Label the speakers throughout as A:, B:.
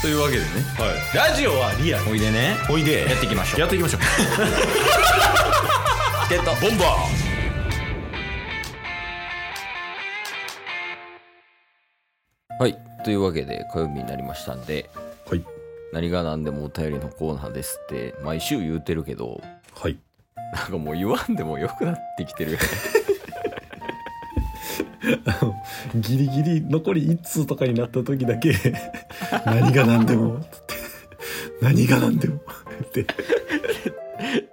A: というわけでね
B: はい、ラジオはリアル
A: おいでね
B: おいで
A: やっていきましょう
B: やっていきましょう
A: ってた
B: ボンバ
A: はいというわけで火曜日になりましたんで
B: ーはい
A: 何が何でもお便りのコーナーですって毎週言うてるけど
B: はい
A: なんかもう言わんでもよくなってきてるよね
C: ギリギリ残り1通とかになった時だけ 何が何でも つって何が何でもって
A: っ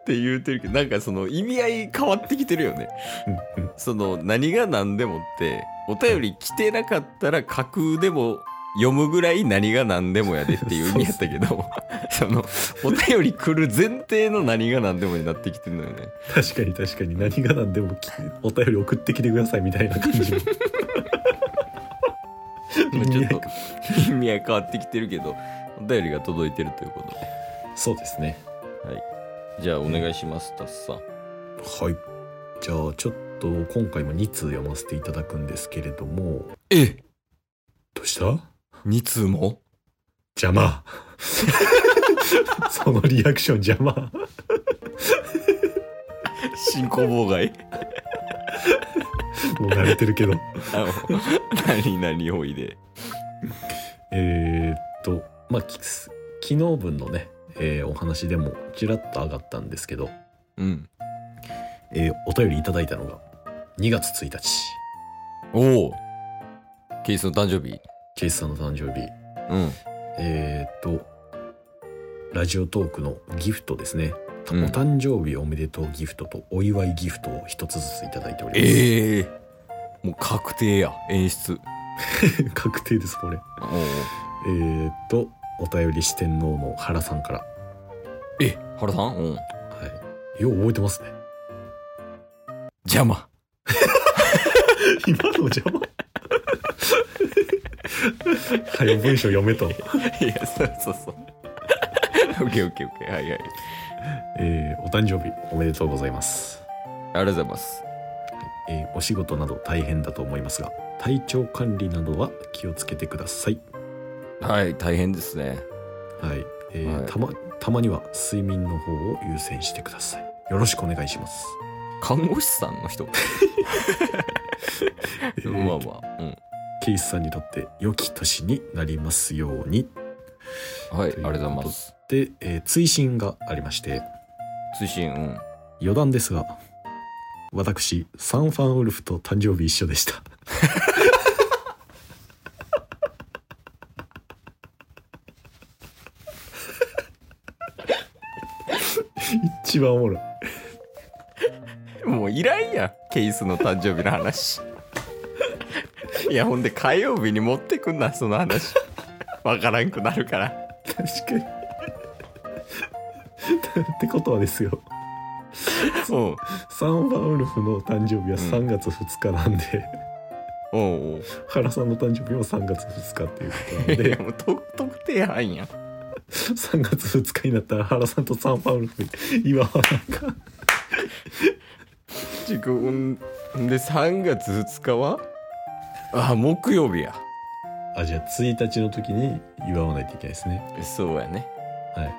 A: て言うてるけどなんかその意味合い変わってきてるよね
C: うんうん
A: その何が何でもってお便り来てなかったら架空でも読むぐらい何が何でもやでっていう意味やったけど そのお便り来る前提の何が何でもになってきてるのよね
C: 確かに確かに何が何でもきお便り送ってきてくださいみたいな感 じの
A: まあちょっと意味合い変わってきてるけどお便りが届いてるということで
C: そうですね
A: じゃあお願いしますタスさん
C: はいじゃあちょっと今回も2通読ませていただくんですけれども
A: え
C: どうした
A: 2通 も
C: 邪魔 そのリアクション邪魔
A: 進行妨害
C: もう慣れてるけど
A: あの何何多いで
C: えーっとまあき昨日分のね、えーお話でもちらっと上がったんですけど、
A: うん
C: えーお便りいただいたのが2月1日
A: おおケイスの誕生日
C: ケイスさんの誕生日
A: うん
C: えーっとラジオトークのギフトですね、
A: うん
C: お誕生日おめでとうギフトとお祝いギフトを一つずついただいております、
A: ええもう確定や演出
C: 確定ですこれ
A: おお
C: えーっとお便り四天王の原さんから、
A: え原さんうん
C: はい、よう覚えてますね
A: 邪魔
C: 今の邪魔早文章読めと
A: いやそうそうそう オッケーオッケーオッケーはいはい
C: えーお誕生日おめでとうございます、
A: ありがとうございます
C: えーお仕事など大変だと思いますが体調管理などは気をつけてください
A: はい大変ですね
C: はい、えー
A: はい
C: たまたまには睡眠の方を優先してくださいよろしくお願いします、
A: 看護師さんの 人
C: えー
A: まあまあうん
C: ケイスさんにとって良き年になりますように
A: はいあ
C: とい
A: りが
C: う
A: とうございます
C: で、えー追伸がありまして
A: 通信うん
C: 余談ですが私サンファンウルフと誕生日一緒でした一番おもろい
A: もういらんやんケイスの誕生日の話いやほんで火曜日に持ってくんなその 話わからんくなるから
C: 確かにってことはですよ
A: うん
C: サンファンウルフの誕生日は3月2日なんで、
A: おうおう
C: 原さんの誕生日も3月2日っていうことなん
A: い
C: で
A: やもう特特定犯やん
C: 3月2日になったら原さんとサンファンウルフにわはなんか
A: ちくんで3月2日はあ木曜日や
C: あじゃあ1日の時に祝わないといけないですね
A: そうやね
C: はい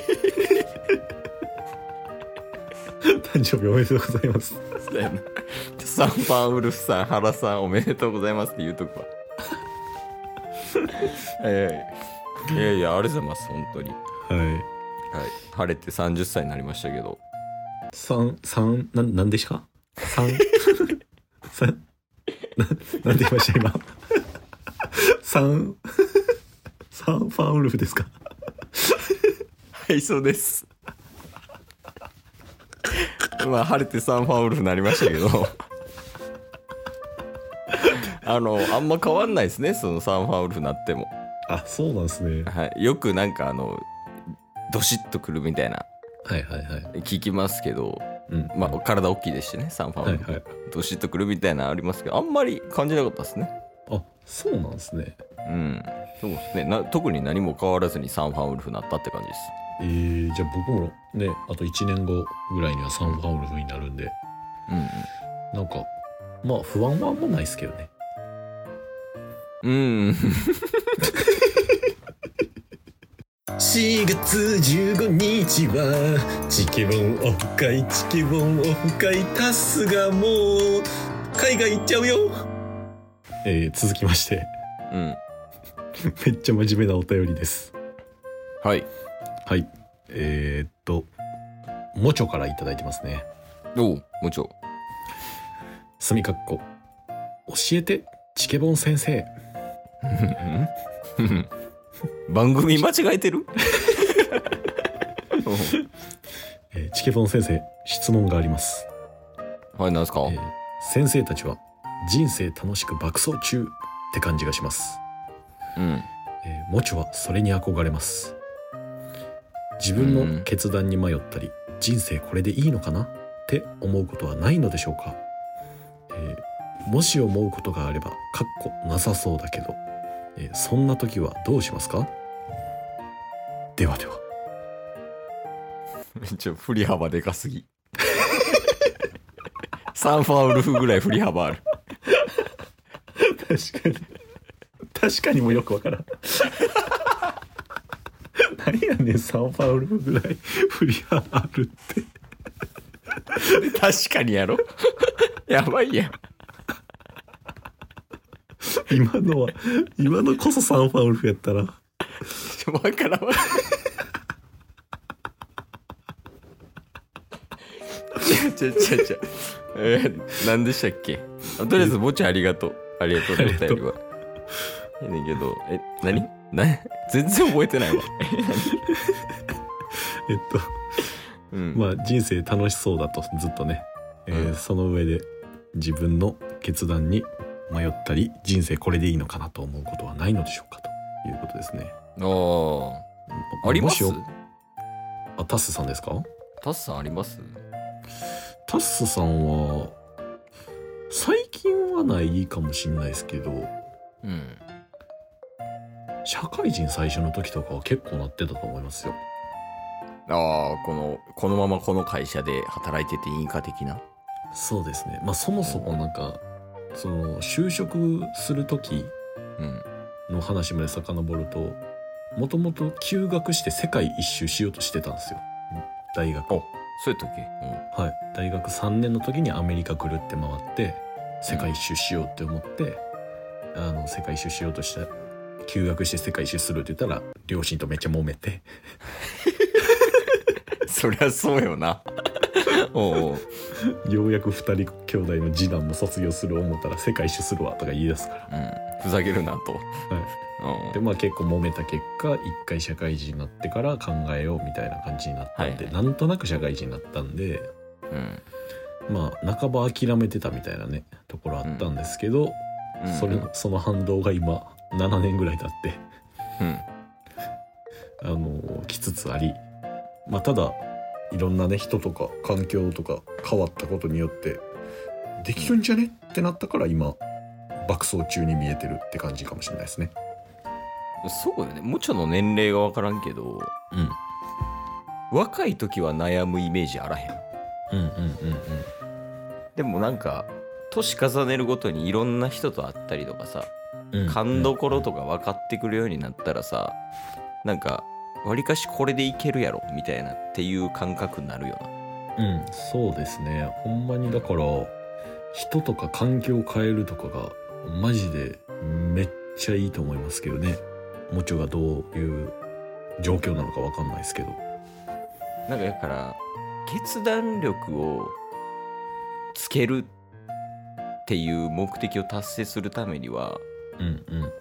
C: 誕生日おめでとうございます
A: そうやなサンファンウルフさん原さんおめでとうございますって言うと こははいはいいやいやありがとうございます本当に、はい、
C: はい
A: 晴れて30歳になりましたけど
C: 三三なんなんでしか三 三ななんて言いました今三三ファンウルフですか
A: はいそうです まあ晴れてサンファンウルフになりましたけど あのあんま変わんないですねそのサンファンウルフになっても、
C: あそうなんですね
A: はい、よくなんかあのドシッとくるみたいな
C: はいはいはい
A: 聞きますけど、
C: うん
A: まあ、体大きいですしねサンファンウ
C: は
A: ル
C: い
A: フ、
C: はい
A: ドシッとくるみたいなのありますけどあんまり感じなかったですね
C: あそうなんですね
A: うんそうですねな特に何も変わらずにサンファンウルフになったって感じです
C: えー、じゃあ僕もねあと1年後ぐらいには三ファンウルフになるんで
A: うんうん
C: なんかまあ不安はあんまないですけどね
A: うん。
B: 1月15日はチケボンオフ会チケボンオフ会タスがもう海外行っちゃうよ
C: えー続きまして、
A: うん
C: めっちゃ真面目なお便りです。
A: はい
C: はい。えーっと、もちょからいただいてますね。
A: おうもちろん
C: すみかっこ。教えて、チケボン先生。
A: 番組間違えて る
C: えーチケボン先生、質問があります。
A: はいなんすか
C: えー先生たちは、人生楽しく爆走中って感じがします。
A: うん
C: えーもちはそれに憧れます自分の決断に迷ったり、人生これでいいのかなって思うことはないのでしょうか、えーもし思うことがあればかっこなさそうだけど、えーそんな時はどうしますかではでは
A: めっちゃ振り幅でかすぎサンファウルフぐらい振り幅ある
C: 確かに確かにもよくわからん何やねんサンパウルぐらい振り幅あるって
A: 確かにやろやばいやん
C: 今のは今のこそサンファウルフやったら
A: ちょわからんわちゃちゃちゃちゃえー、何でしたっけあとりあえずぼちゃんありがとうありがとう
C: あ
A: ね
C: り
A: お
C: がと
A: 便
C: う
A: りはええねんけどえ何な全然覚えてないわ
C: えっと
A: うん、
C: まあ人生楽しそうだとずっとね、えー
A: うん
C: その上で自分の決断に迷ったり人生これでいいのかなと思うことはないのでしょうかということですね。
A: あああります
C: もしあタッスさんですか
A: タスさんあります
C: タッスさんは最近はないかもしんないですけど
A: うん
C: 社会人最初の時とかは結構なってたと思いますよ。
A: ああこのこのままこの会社で働いてていいか的な
C: そうですね。まあそもそもなんかその就職する時
A: うん
C: の話まで遡るともともと休学して世界一周しようとしてたんですよ大学
A: おそうやったっ
C: はい大学3年の時にアメリカぐるって回って世界一周しようって思って、あの世界一周しようとした休学して世界一周するって言ったら両親とめっちゃ揉めて
A: け、 うん、そりゃそうよなおうおう
C: ようやく2人兄弟の次男も卒業する思ったら世界一周するわとか言い出すから
A: うん、ふざけるなと。うん
C: でまあ結構揉めた結果一回社会人になってから考えようみたいな感じになったんで、
A: はい
C: なんとなく社会人になったんで
A: うん
C: まあ半ば諦めてたみたいなねところあったんですけど、
A: うん
C: それその反動が今7年ぐらい経って
A: うん
C: あの来つつありまあただいろんなね人とか環境とか変わったことによってできるんじゃねってなったから今爆走中に見えてるって感じかもしれないですね。
A: そうよねもちろんの年齢が分からんけど
C: うん
A: 若い時は悩むイメージあらへん
C: うんうんうんうん
A: でもなんか年重ねるごとにいろんな人と会ったりとかさ
C: うん
A: 勘どころとか分かってくるようになったらさなんかわりかしこれでいけるやろみたいなっていう感覚になるよ
C: うん、そうですね。ほんまにだから、人とか環境を変えるとかが、マジでめっちゃいいと思いますけどね。もちろんがどういう状況なのかわかんないですけど。
A: ななんかだから決断力をつけるっていう目的を達成するためには
C: うんうん。はい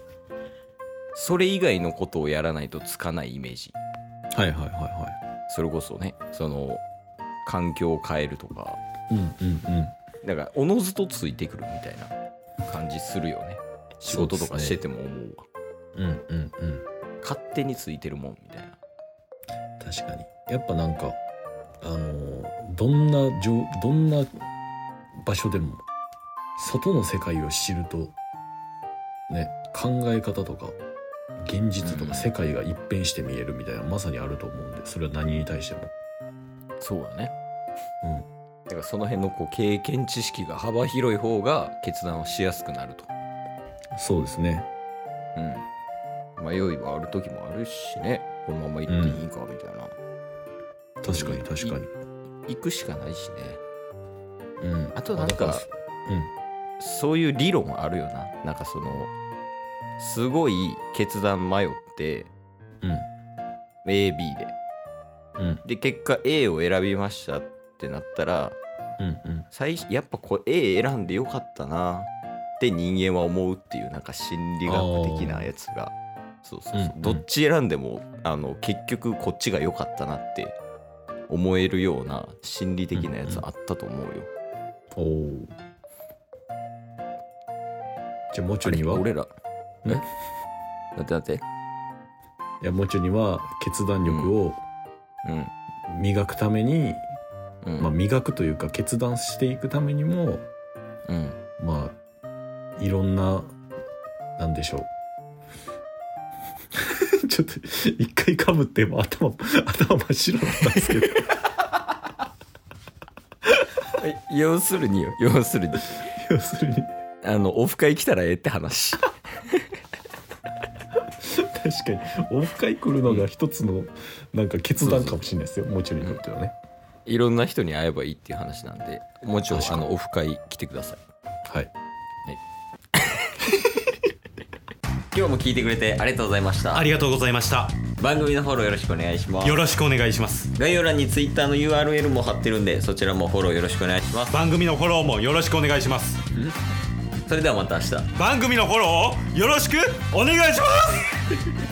A: それ以外のことをやらないとつかないイメージ
C: はいはいは
A: それこそねその環境を変えるとか
C: い。うんうんうん。
A: だからおのずとついてくるみたいな感じするよね仕事とかしてても思うわ
C: うんうんうん。
A: 勝手についてるもんみたいな
C: 確かに。やっぱなんか、あのー、どんな状、どんな場所でも、外の世界を知ると、ね、考え方とか、現実と
A: うん
C: か世界が一変して見えるみたいな、まさにあると思うんで、それは何に対しても。
A: そうだねだからその辺のこう経験知識が幅広い方が決断をしやすくなると
C: そうですね。
A: うん迷いはある時もあるしねこのまま行っていいんかみたいな、
C: 確かに確かに
A: 行くしかないしね
C: うん
A: あとなん
C: だら
A: かそういう理論あるよななんかそのすごい決断迷って
C: うん
A: AB で
C: うんうん
A: で結果 A を選びましたってなったら
C: うんうん
A: 最やっぱこう A 選んでよかったなって人間は思うっていうなんか心理学的なやつがそうそうそう、
C: うんうん
A: どっち選んでもあの結局こっちが良かったなって思えるような心理的なやつあったと思うよ、
C: おおじゃあもうちょには
A: 俺らえ だってだって
C: いやもうちょには決断力を
A: うん
C: 磨くために、
A: うん、
C: まあ、磨くというか決断していくためにも
A: うん
C: まあいろんななんでしょう ちょっと一回かぶってもう頭頭真っ白だったんですけど
A: 要するによ要するに
C: 要するに
A: あのオフ会来たらええって話
C: 確かにオフ会来るのが一つのなんか決断かもしれないですよもうちょいにとってはね、
A: いろんな人に会えばいいっていう話なんでもうちょいあのオフ会来てください
C: はい
A: 今日も聞いてくれてありがとうございました
D: ありがとうございました
A: 番組のフォローよろしくお願いします
D: よろしくお願いします
A: 概要欄に Twitter の URL も貼ってるんでそちらもフォローよろしくお願いします
D: 番組のフォローもよろしくお願いします
A: それではまた明日
D: 番組のフォローをよろしくお願いします